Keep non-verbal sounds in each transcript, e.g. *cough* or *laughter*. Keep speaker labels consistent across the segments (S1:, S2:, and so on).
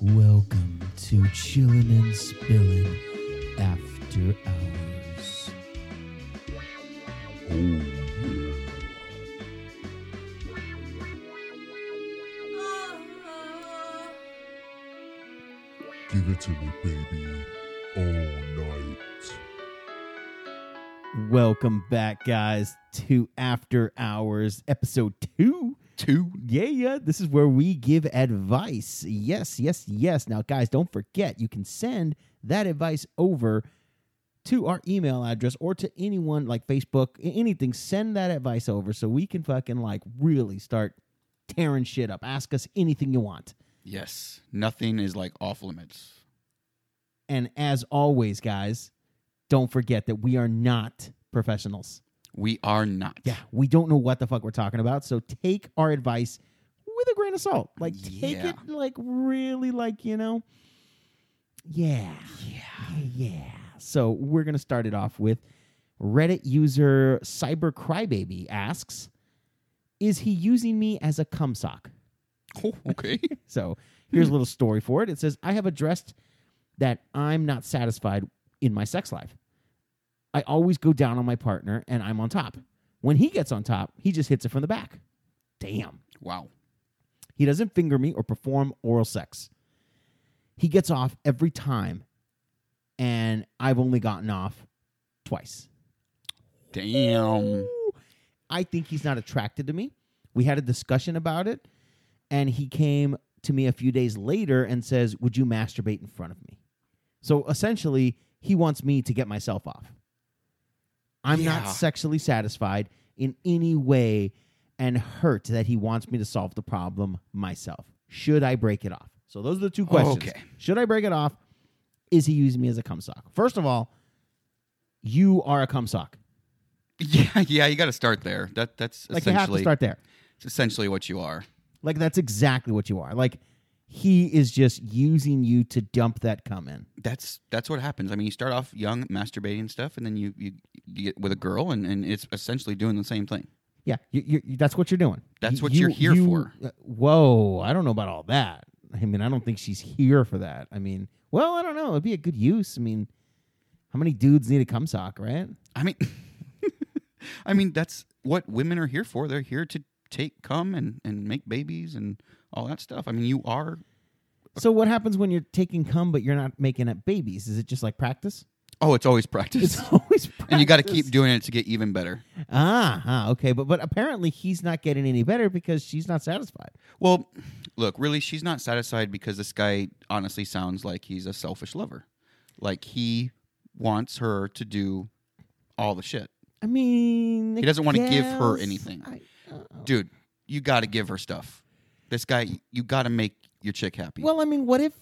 S1: Welcome to Chillin' and Spillin' After Hours.
S2: Give it to me, baby, all night.
S1: Welcome back, guys, to After Hours, episode two.
S2: Two.
S1: Yeah, yeah. This is where we give advice. Yes, yes, yes. Now, guys, don't forget you can send that advice over to our email address or to anyone like Facebook, a- anything. Send that advice over so we can fucking like really start tearing shit up. Ask us anything you want.
S3: Yes. Nothing is like off limits.
S1: And as always, guys, don't forget that we are not professionals.
S3: We are not.
S1: Yeah, we don't know what the fuck we're talking about. So take our advice with a grain of salt. Like take
S3: Yeah.
S1: it like really like, you know. Yeah. Yeah. Yeah. So we're going to start it off with Reddit user Cyber Crybaby asks, "Is he using me as a cum sock?"
S3: Oh, *laughs* okay.
S1: So here's a little story for it. It says, I have addressed that I'm not satisfied in my sex life. I always go down on my partner and I'm on top. When he gets on top, he just hits it from the back. Damn.
S3: wow.
S1: He doesn't finger me or perform oral sex. He gets off every time, and I've only gotten off twice.
S3: Damn.
S1: I think he's not attracted to me. We had a discussion about it, and he came to me a few days later and says, "Would you masturbate in front of me?" So essentially, he wants me to get myself off. I'm
S3: Yeah.
S1: not sexually satisfied in any way and hurt that he wants me to solve the problem myself. Should I break it off? So those are the two questions.
S3: Oh, Okay.
S1: Should I break it off? Is he using me as a cum sock? First of all, you are a cum sock.
S3: Yeah, *laughs* yeah, you got to start there. That that's
S1: Like you have to
S3: essentially
S1: start there.
S3: it's essentially what you are.
S1: Like that's exactly what you are. Like he is just using you to dump that cum in.
S3: That's that's what happens. I mean, you start off young masturbating and stuff and then you you, you get with a girl and, and it's essentially doing the same thing.
S1: Yeah, you, you, you- that's what you're doing.
S3: That's
S1: You-
S3: what you're
S1: you-
S3: here
S1: you-
S3: for.
S1: uh, whoa, I don't know about all that. I mean, I don't think she's here for that. I mean, well, I don't know. It'd be a good use. I mean, how many dudes need a cum sock, right?
S3: I mean *laughs* I mean, that's what women are here for. They're here to take come and and make babies and all that stuff. I mean, you are
S1: So what happens when you're taking cum but you're not making up babies? Is it just like
S3: *laughs*
S1: practice?
S3: Oh, it's always practice.
S1: It's always practice.
S3: *laughs* and you got to keep doing it to get even better.
S1: Ah, ah, okay. But but apparently he's not getting any better because she's not satisfied.
S3: Well, look, really, she's not satisfied because this guy honestly sounds like he's a selfish lover. Like he wants her to do all the shit.
S1: I mean,
S3: He doesn't wanna give her
S1: guess
S3: anything.
S1: I- uh,
S3: Dude, you got to give her stuff. This guy, you got to make your chick happy.
S1: well, I mean, what if,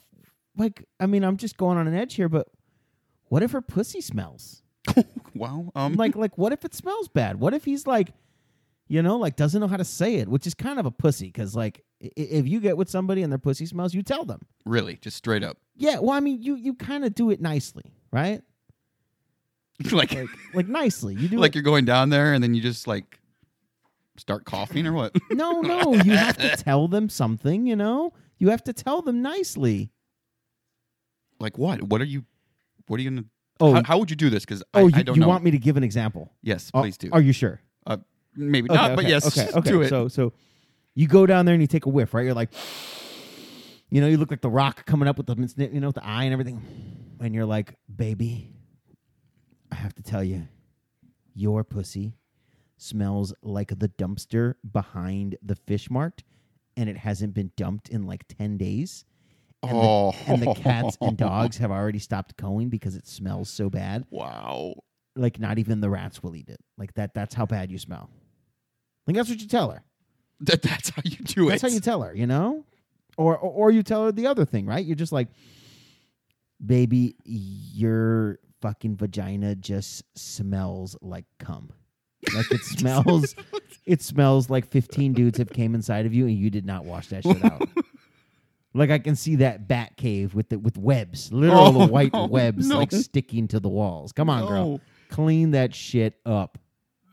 S1: like, I mean, I'm just going on an edge here, but what if her pussy smells?
S3: wow. Um,
S1: Like, like, what if it smells bad? What if he's like, you know, like doesn't know how to say it, which is kind of a pussy because, like, i- i- if you get with somebody and their pussy smells, you tell them.
S3: really, just straight up. *laughs*
S1: Yeah, well, I mean, you you kind of do it nicely, right?
S3: like, *laughs*
S1: Like,
S3: like,
S1: like nicely. You do it-
S3: you're going down there and then you just like start coughing or what? *laughs*
S1: No, no, you have to tell them something. You know, you have to tell them nicely.
S3: like what? What are you, what are you going to,
S1: Oh,
S3: how, how would you do this? Because
S1: oh,
S3: I,
S1: you,
S3: don't
S1: you
S3: know.
S1: want me to give an example?
S3: yes,
S1: Are-
S3: please do.
S1: Oh, Are you sure?
S3: Maybe
S1: Okay,
S3: not, but
S1: okay,
S3: yes,
S1: Okay, okay.
S3: *laughs* do it.
S1: So so you go down there and you take a whiff, right? You're like, you know, you look like the rock coming up with the you know with the eye and everything, and you're like, baby, I have to tell you, your pussy smells like the dumpster behind the fish mart, and it hasn't been dumped in like ten days. And,
S3: oh,
S1: the, and the cats and
S3: *laughs*
S1: dogs have already stopped going because it smells so bad
S3: Wow. *laughs*
S1: like not even the rats will eat it. Like that that's how bad you smell. Like that's what you tell her.
S3: That, that's how you do
S1: That's
S3: it.
S1: how you tell her, you know? Or, or or you tell her the other thing, right? You're just like baby, your fucking vagina just smells like cum. Like
S3: *laughs*
S1: it smells it smells like 15 dudes have came inside of you and you did not wash that shit out. Like I can see that bat cave with the, with webs, literal
S3: Oh,
S1: white
S3: no,
S1: webs
S3: no.
S1: like sticking to the walls. Come on, girl.
S3: No.
S1: Clean that shit up.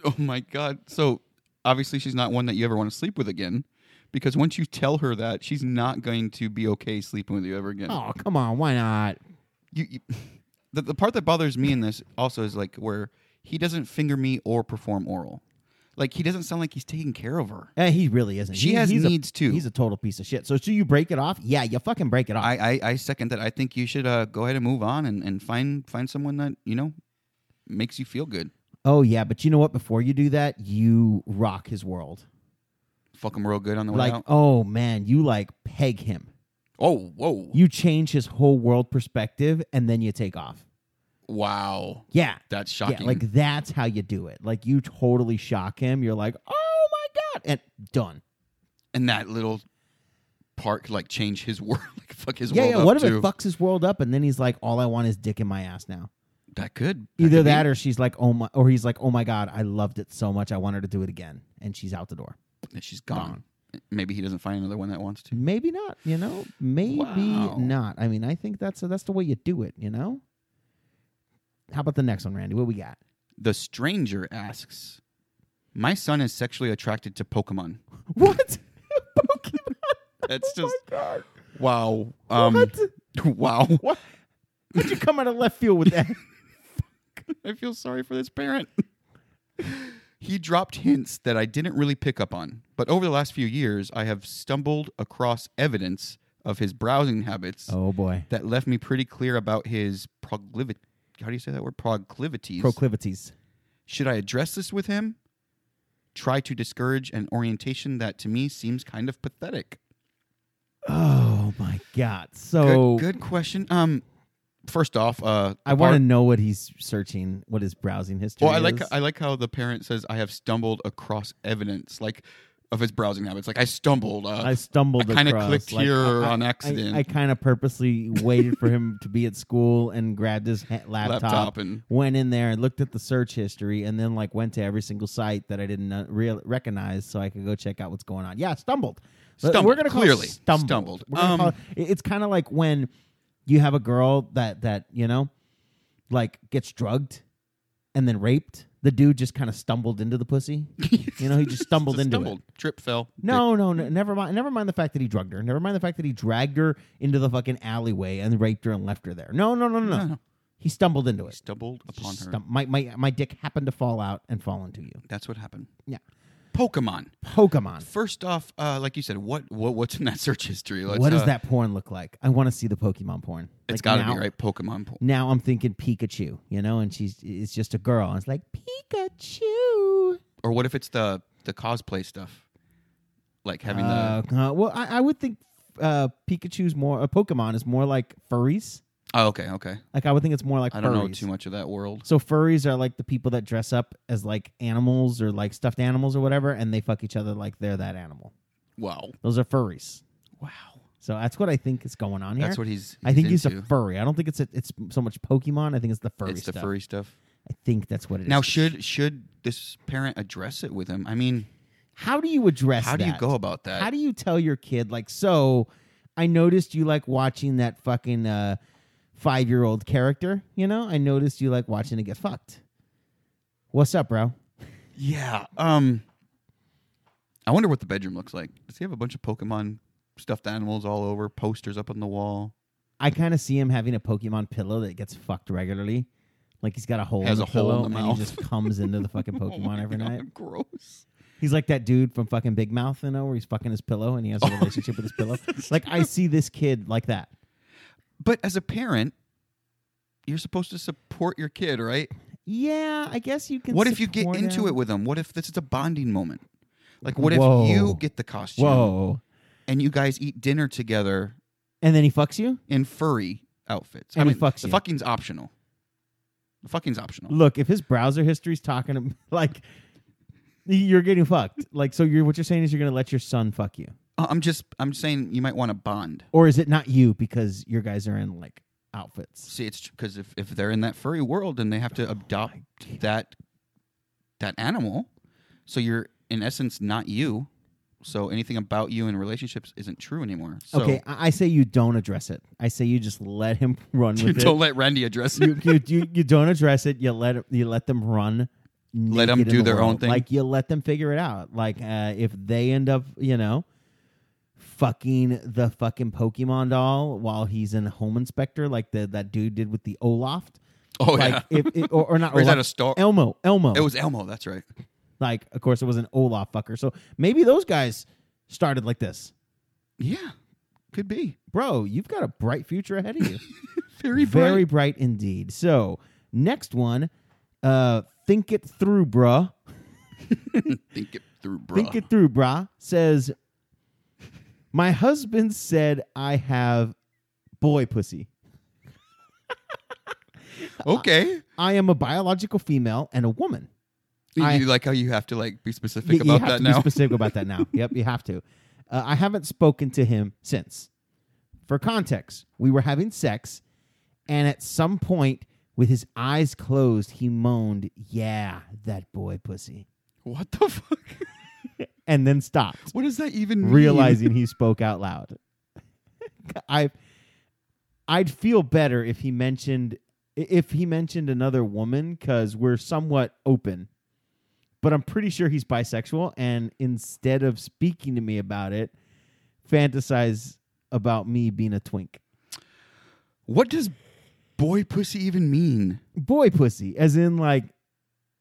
S3: Oh my god. So obviously she's not one that you ever want to sleep with again because once you tell her that, she's not going to be okay sleeping with you ever again.
S1: Oh, come on, why not?
S3: You, you *laughs* the, the part that bothers me in this also is like where he doesn't finger me or perform oral. Like he doesn't sound like he's taking care of her.
S1: Eh, he really isn't.
S3: She
S1: He-
S3: has
S1: he's a-
S3: needs too.
S1: He's a total piece of shit. So should you break it off? Yeah, you fucking break it off.
S3: I, I, I second that. I think you should uh, go ahead and move on and, and find find someone that you know makes you feel good.
S1: oh yeah, but you know what? Before you do that, you rock his world.
S3: Fuck him real good on the way
S1: Like,
S3: out.
S1: oh man, you like peg him.
S3: Oh, whoa!
S1: You change his whole world perspective, and then you take off.
S3: wow,
S1: Yeah,
S3: that's
S1: yeah.
S3: shocking.
S1: Like that's how you do it. Like you totally shock him. You're like, oh my god, and done.
S3: and that little part could, like change his *laughs* world. Like fuck his
S1: Yeah,
S3: world
S1: yeah.
S3: up
S1: What if
S3: too.
S1: it fucks his world up, and then he's like, all I want is dick in my ass now.
S3: that could
S1: Either
S3: could be-
S1: that, or she's like, oh my, or he's like, oh my god, I loved it so much, I want her to do it again, and she's out the door.
S3: that she's gone. Maybe he doesn't find another one that wants to.
S1: Maybe not. You know, maybe
S3: Wow.
S1: not. I mean, I think that's uh, that's the way you do it. You know. How about the next one, Randy? What we
S3: *laughs*
S1: got?
S3: The stranger asks, "My son is sexually attracted
S1: *laughs*
S3: to Pokemon."
S1: What? Pokemon.
S3: That's just
S1: God.
S3: wow.
S1: *laughs*
S3: Um,
S1: what?
S3: *laughs* Wow.
S1: What? How'd you come out of left field with that?
S3: *laughs* I feel sorry for this parent. *laughs* he dropped hints that I didn't really pick up on, but over the last few years, I have stumbled across evidence of his browsing habits
S1: oh boy.
S3: that left me pretty clear about his proclivity. How do you say that word? Proclivities.
S1: Proclivities.
S3: Should I address this with him? Try to discourage an orientation that to me seems kind of pathetic.
S1: Oh my god.
S3: Good-
S1: So
S3: good, question. Um, first off, uh,
S1: Oh. I want to know what he's searching, what his browsing history.
S3: Well, I like
S1: is.
S3: I like how the parent says I have stumbled across evidence like of his browsing habits. Like I stumbled. Uh,
S1: I stumbled.
S3: I kinda
S1: across,
S3: clicked
S1: like,
S3: here
S1: I- I-
S3: on
S1: I-
S3: accident.
S1: I, kind of purposely waited for him to be at school and grabbed his
S3: *laughs*
S1: ha-
S3: laptop,
S1: laptop,
S3: and
S1: went in there and looked at the search history, and then like went to every single site that I didn't uh, real recognize, so I could go check out what's going on. Yeah, stumbled. But
S3: Stumbled,
S1: We're gonna call
S3: clearly.
S1: it stumbled.
S3: Stumbled.
S1: We're gonna
S3: Um,
S1: call it- it- it's kind of like when you have a girl that that you know, like gets drugged and then raped. The dude just kind of stumbled into the
S3: *laughs*
S1: pussy. You know, he just stumbled
S3: Just
S1: into it.
S3: stumbled. Trip fell.
S1: No, no, no, never mind. Never mind the fact that he drugged her. Never mind the fact that he dragged her into the fucking alleyway and raped her and left her there. No, no, no, no.
S3: No,
S1: no.
S3: no.
S1: He stumbled into
S3: Dick.
S1: it.
S3: stumbled upon her.
S1: Stum- my, my, my dick happened to fall out and fall into you.
S3: That's what happened.
S1: Yeah.
S3: Pokemon.
S1: Pokemon.
S3: First off, uh, like you said, what what what's in that *laughs* search history? Let's,
S1: what does
S3: uh,
S1: that porn look like? I want to see the Pokemon porn.
S3: It's
S1: It's
S3: got to be right. Pokemon. po-
S1: Now I'm thinking Pikachu, you know, and she's it's just a girl. And it's like Pikachu.
S3: Or what if it's the the cosplay stuff? Like having
S1: Uh, uh, well, I, I would think uh, Pikachu's more. Uh, Pokemon is more like furries.
S3: the. Oh, okay, okay.
S1: Like I would think it's more like
S3: I don't know
S1: furries.
S3: too much of that world.
S1: So furries are like the people that dress up as like animals or like stuffed animals or whatever, and they fuck each other like they're that animal.
S3: Wow,
S1: Those are furries.
S3: wow.
S1: So that's what I think is going on here.
S3: That's what he's.
S1: I think he's
S3: into.
S1: a furry. I don't think it's a, it's so much Pokemon. I think it's the furry
S3: It's
S1: stuff.
S3: the furry stuff.
S1: I think that's what it is.
S3: Now, should should this parent address it with him? I mean,
S1: how do you address?
S3: how do you
S1: that?
S3: go about that?
S1: How do you tell your kid like so? I noticed you like watching that fucking uh, five year old character. You know, I noticed you like watching it get fucked. What's up, bro?
S3: yeah. Um, I wonder what the bedroom looks like. Does he have a bunch of Pokemon stuffed animals all over, posters up on the wall?
S1: I kind of see him having a Pokemon pillow that gets fucked regularly. Like he's got a hole,
S3: Has
S1: in
S3: a
S1: the
S3: hole in
S1: pillow,
S3: the
S1: and
S3: mouth.
S1: he
S3: *laughs*
S1: just comes into the fucking
S3: Oh my
S1: Pokemon every
S3: God,
S1: night.
S3: Gross.
S1: He's like that dude from fucking Big Mouth, you know, where he's fucking his pillow and he
S3: *laughs* Oh
S1: has a relationship with his pillow. Like I see this kid like that.
S3: But as a parent, you're supposed to support your kid, right?
S1: Yeah, I guess you can.
S3: What if you get
S1: support
S3: into
S1: him.
S3: it with them? What if this is a bonding moment? Like, what
S1: Whoa.
S3: if you get the costume
S1: Whoa!
S3: and you guys eat dinner together
S1: And then he fucks you.
S3: in furry outfits. I
S1: And he
S3: mean,
S1: fucks
S3: the
S1: you.
S3: fucking's optional. The fucking's optional.
S1: Look, if his browser history's talking to *laughs* like, you're getting fucked. Like, so you're what you're saying is you're gonna let your son fuck you,
S3: I- Uh, I'm just, I'm saying you might want to bond.
S1: or is it not you because your guys are in like outfits?
S3: See, it's because if, if they're in that furry world, then they have
S1: Oh
S3: to adopt that that animal. So you're in essence not you. So anything about you in relationships isn't true anymore. So *laughs*
S1: okay, I, I say you don't address it. I say you just let him *laughs* run
S3: you
S1: with it.
S3: don't let Randy address it.
S1: you, you, you, you don't address it. You let you let them run.
S3: Let
S1: naked
S3: 'em
S1: in
S3: do
S1: the
S3: their own
S1: world.
S3: thing.
S1: Like you let them figure it out. Like uh, if they end up, you know, fucking the fucking Pokemon doll while he's in Home Inspector, like the that dude did with the Olaf.
S3: Oh
S1: like
S3: yeah.
S1: if it, or, or not
S3: *laughs* Or is that
S1: Olaf,
S3: a star?
S1: Elmo, Elmo.
S3: it was Elmo. That's right.
S1: like of course it was an Olaf fucker. So maybe those guys started like this.
S3: Yeah, could be
S1: Bro, you've got a bright future ahead of you.
S3: very
S1: Very
S3: very.
S1: bright indeed. So, next one, uh think it through, bruh.
S3: Think it through, bro.
S1: Think it through, brah. Says, my husband said I have boy pussy. uh,
S3: okay.
S1: I am a biological female and a woman. I-
S3: you like how you have to like be specific
S1: Y- you
S3: about
S1: have
S3: that
S1: to
S3: now.
S1: Be specific about that now. yep, you have to. Uh, I haven't spoken to him since. For context, we were having sex, and at some point, with his eyes closed, he moaned, "Yeah, that boy pussy,"
S3: *laughs* What the fuck?
S1: and then stopped,
S3: What does that even mean?
S1: realizing he spoke out loud. *laughs* I, I'd feel better if he mentioned i- if he mentioned another woman because we're somewhat open. But I'm pretty sure he's bisexual, and instead of speaking to me about it, fantasize about me being a twink,
S3: What does boy pussy even mean?
S1: boy pussy, as in like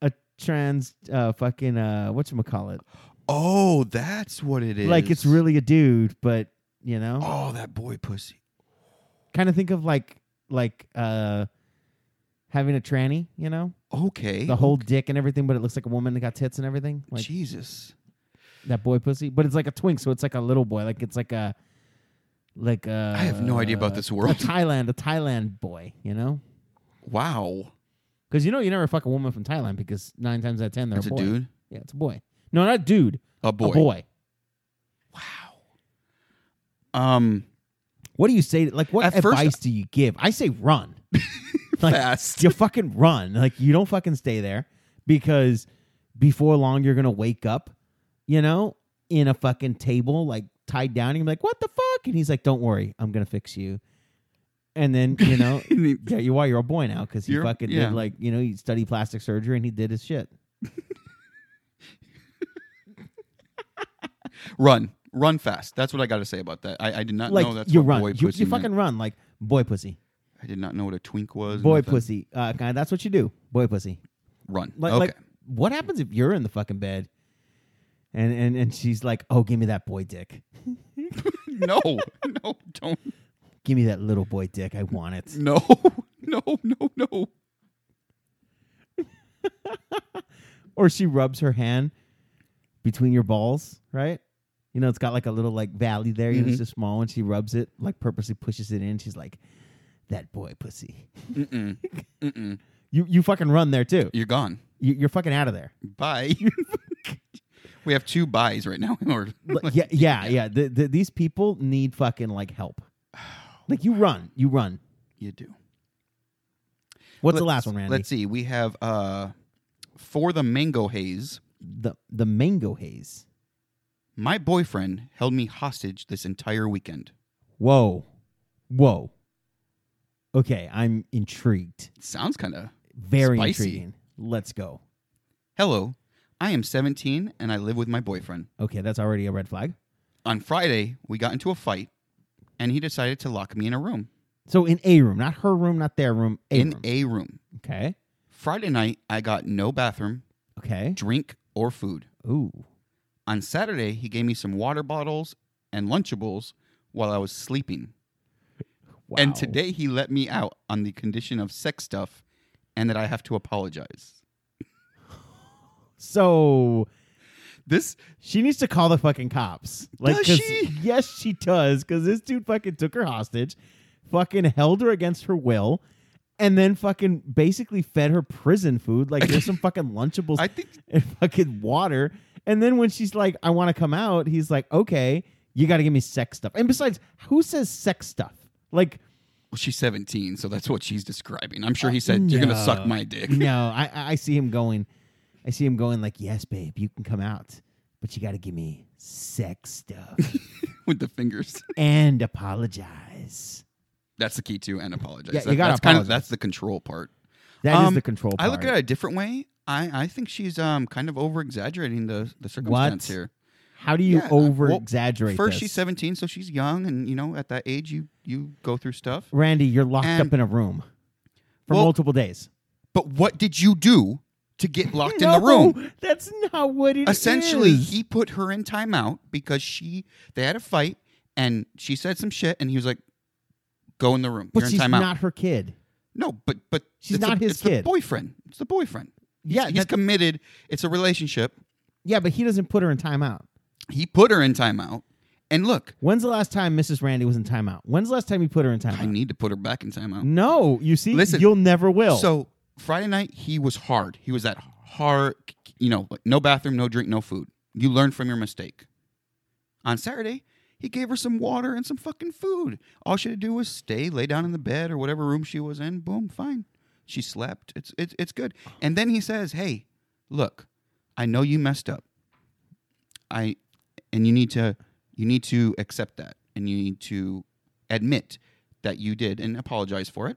S1: a trans uh, fucking uh, what you call it?
S3: Oh, that's what it is.
S1: Like it's really a dude, but you know.
S3: Oh, that boy pussy.
S1: kind of think of like like uh having a tranny, you know,
S3: Okay.
S1: the whole dick and everything, but it looks like a woman that got tits and everything, like
S3: Jesus.
S1: that boy pussy. But it's like a twink, so it's like a little boy, like it's like a like a,
S3: I have no idea about this
S1: a
S3: world.
S1: Thailand, a Thailand boy, you know,
S3: Wow.
S1: because you know you never fuck a woman from Thailand because nine times out of ten they're
S3: That's a
S1: boy.
S3: dude.
S1: Yeah, it's a boy. No, not dude,
S3: A boy.
S1: a boy.
S3: Wow. Um
S1: What do you say? Like, what
S3: At first-
S1: advice do you give? I say run. *laughs* Like,
S3: fast. *laughs*
S1: you fucking run. Like you don't fucking stay there because before long you're gonna wake up, you know, in a fucking table, like tied down. And you're like, what the fuck? And he's like, don't worry, I'm gonna fix you. And then you
S3: *laughs*
S1: know, yeah, you are. You're a boy now because he
S3: You're-
S1: fucking
S3: yeah.
S1: did like you know he studied plastic surgery and he did his shit.
S3: Run. Run fast. That's what I got to say about that. I, I did not
S1: like
S3: know Uh, that's
S1: you
S3: what
S1: run,
S3: boy
S1: you,
S3: pussy
S1: you
S3: meant.
S1: fucking run, like boy pussy,
S3: I did not know what a twink was.
S1: boy
S3: nothing.
S1: pussy. Uh, kinda- that's what you do, boy pussy.
S3: Run.
S1: Like,
S3: okay. *laughs*
S1: like what happens if you're in the fucking bed, and and and she's like, oh, give me that boy dick.
S3: no. *laughs* No. Don't.
S1: Give me that little boy dick. I want it.
S3: No. *laughs* No. No. No.
S1: *laughs* Or she rubs her hand between your balls, right? You know, it's got like a little like valley there. You know,
S3: Mm-hmm.
S1: It's just small, and she rubs it, like purposely pushes it in. She's like, "That boy pussy."
S3: Mm-mm. Mm-mm.
S1: You you fucking run there too.
S3: You're gone.
S1: You, you're fucking out of
S3: *laughs*
S1: there. *laughs*
S3: Bye. we have two buys right now. *laughs* Or
S1: Like, yeah, yeah, yeah. The, the, these people need fucking like
S3: *sighs*
S1: help. Like you run, you run.
S3: you do.
S1: What's the
S3: Let's-
S1: last one, Randy?
S3: Let's see. We have uh, for the mango haze.
S1: The the mango haze.
S3: My boyfriend held me hostage this entire weekend.
S1: Whoa, whoa. Okay, I'm intrigued.
S3: Sounds kind of.
S1: Very
S3: Spicy.
S1: intriguing. Let's go.
S3: Hello, I am 17 and I live with my boyfriend.
S1: Okay, that's already a red flag.
S3: On Friday, we got into a fight, and he decided to lock me in a room.
S1: So in a room, not her room, not their room, a
S3: in
S1: room.
S3: a room.
S1: okay.
S3: Friday night, I got no bathroom,
S1: Okay.
S3: drink, or food.
S1: Ooh.
S3: On Saturday, he gave me some water bottles and Lunchables while I was sleeping.
S1: Wow.
S3: And today, he let me out on the condition of sex stuff and that I have to apologize.
S1: So
S3: This
S1: she needs to call the fucking cops. Like,
S3: Does
S1: 'cause-
S3: she?
S1: Yes, she does. Because this dude fucking took her hostage, fucking held her against her will, and then fucking basically fed her prison food. Like, there's
S3: *laughs*
S1: some fucking Lunchables
S3: I think
S1: and *laughs* fucking water. And then when she's like, I want to come out, he's like, okay, you got to give me sex stuff. And besides, who says sex stuff?
S3: *laughs*
S1: Like,
S3: Well, she's 17, so that's what she's describing. I'm sure he said, You're going to suck my dick. *laughs*
S1: no, I, I I see him going, I see him going like, yes, babe, you can come out, but you got to give me sex stuff
S3: *laughs* With the fingers. *laughs*
S1: and apologize.
S3: That's the key to and apologize.
S1: Yeah, you
S3: That-
S1: gotta
S3: that's kind of
S1: apologize.
S3: that's the control part.
S1: That is
S3: Um,
S1: the control.
S3: I look
S1: part.
S3: at it a different way. I, I think she's um kind of over exaggerating the, the circumstance here.
S1: How do you
S3: Yeah, uh, well,
S1: over exaggerate?
S3: First, she's 17, so she's young, and you know, at that age, you you go through stuff.
S1: Randy, you're locked
S3: And-
S1: up in a room for
S3: Well,
S1: multiple days.
S3: But what did you do to
S1: *laughs*
S3: get locked in the
S1: No,
S3: room?
S1: That's not what it is.
S3: essentially he put her in timeout because she they had a fight and she said some shit and he was like go in the room
S1: but
S3: you're
S1: she's
S3: in timeout
S1: not her kid.
S3: no but but
S1: She's
S3: it's
S1: not
S3: the,
S1: his
S3: it's the
S1: kid.
S3: boyfriend it's the boyfriend He's-
S1: Yeah,
S3: he's,
S1: that-
S3: committed it's a relationship
S1: Yeah, but he doesn't put her in timeout.
S3: he put her in timeout and look
S1: When's the last time Mrs. Randy was in timeout? When's the last time you put her in timeout?
S3: i need to put her back in timeout
S1: no, you see,
S3: Listen,
S1: you'll never will.
S3: so friday night he was hard he was that hard you know like, no bathroom no drink no food you learn from your mistake on Saturday, he gave her some water and some fucking food. All she had to do was stay, lay down in the bed or whatever room she was in. Boom, fine. She slept. It's it's it's good. And then he says, "Hey, look, I know you messed up. I and you need to you need to accept that and you need to admit that you did and apologize for it.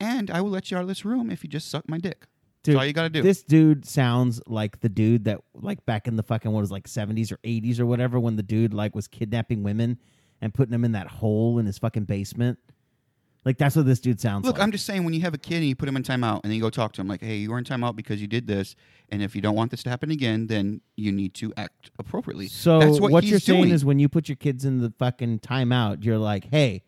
S3: And I will let you out of this room if you just suck my dick.
S1: Dude,
S3: That's all you got to do.
S1: This dude sounds like the dude that like back in the fucking what was it, like seventies or eighties or whatever when the dude like was kidnapping women and putting them in that hole in his fucking basement. Like that's what this dude sounds
S3: Look,
S1: like.
S3: I'm just saying when you have a kid and you put him in timeout and then you go talk to him like, "Hey, you were in timeout because you did this, and if you don't want this to happen again, then you need to act appropriately."
S1: so
S3: that's what,
S1: what,
S3: he's
S1: you're saying
S3: doing.
S1: is when you put your kids in the fucking timeout, you're like, hey,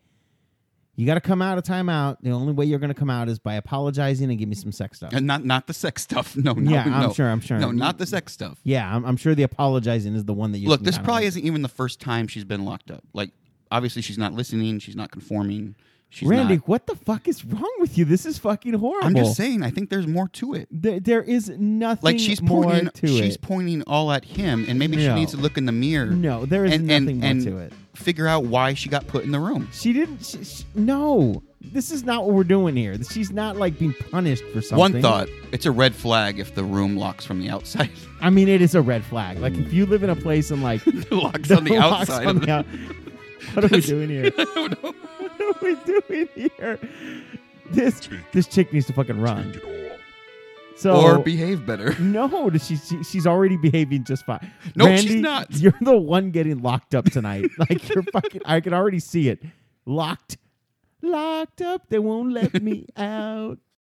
S1: you got to come out of timeout. The only way you're going to come out is by apologizing and give me some sex stuff.
S3: and not not the sex stuff. *laughs* No, no,
S1: yeah, I'm
S3: no.
S1: sure. I'm sure.
S3: No, not the sex stuff.
S1: Yeah, I'm, I'm sure the apologizing is the one that you
S3: Look,
S1: can
S3: this
S1: kinda
S3: probably
S1: like-
S3: isn't even the first time she's been locked up. Like, obviously, she's not listening. She's not conforming. She's
S1: Randy,
S3: not-
S1: what the fuck is wrong with you? This is fucking horrible.
S3: I'm just saying. I think there's more to it.
S1: There, there is nothing
S3: Like she's
S1: more
S3: pointing,
S1: to
S3: she's
S1: it.
S3: pointing all at him, and maybe
S1: No.
S3: she needs to look in the mirror,
S1: no, there is
S3: and- and-
S1: nothing
S3: and-
S1: more to it.
S3: figure out why she got put in the room.
S1: She didn't. She, she, no, this is not what we're doing here. She's not like being punished for something.
S3: One thought: it's a red flag if the room locks from the outside. *laughs*
S1: I mean, it is a red flag. Like if you live in a place and like
S3: It locks
S1: the
S3: on
S1: *laughs*
S3: the
S1: locks
S3: outside.
S1: on
S3: of
S1: the out- what are we doing here?
S3: *laughs* I don't know.
S1: *laughs* What are we doing here? This this chick needs to fucking
S2: Take
S1: run.
S2: it all.
S1: So
S3: or behave better.
S1: *laughs* No, she, she she's already behaving just fine.
S3: No,
S1: Randy,
S3: she's not.
S1: You're the one getting locked up
S3: *laughs*
S1: tonight. like you're fucking.
S3: *laughs*
S1: I can already see it. Locked, locked up. They won't let me out.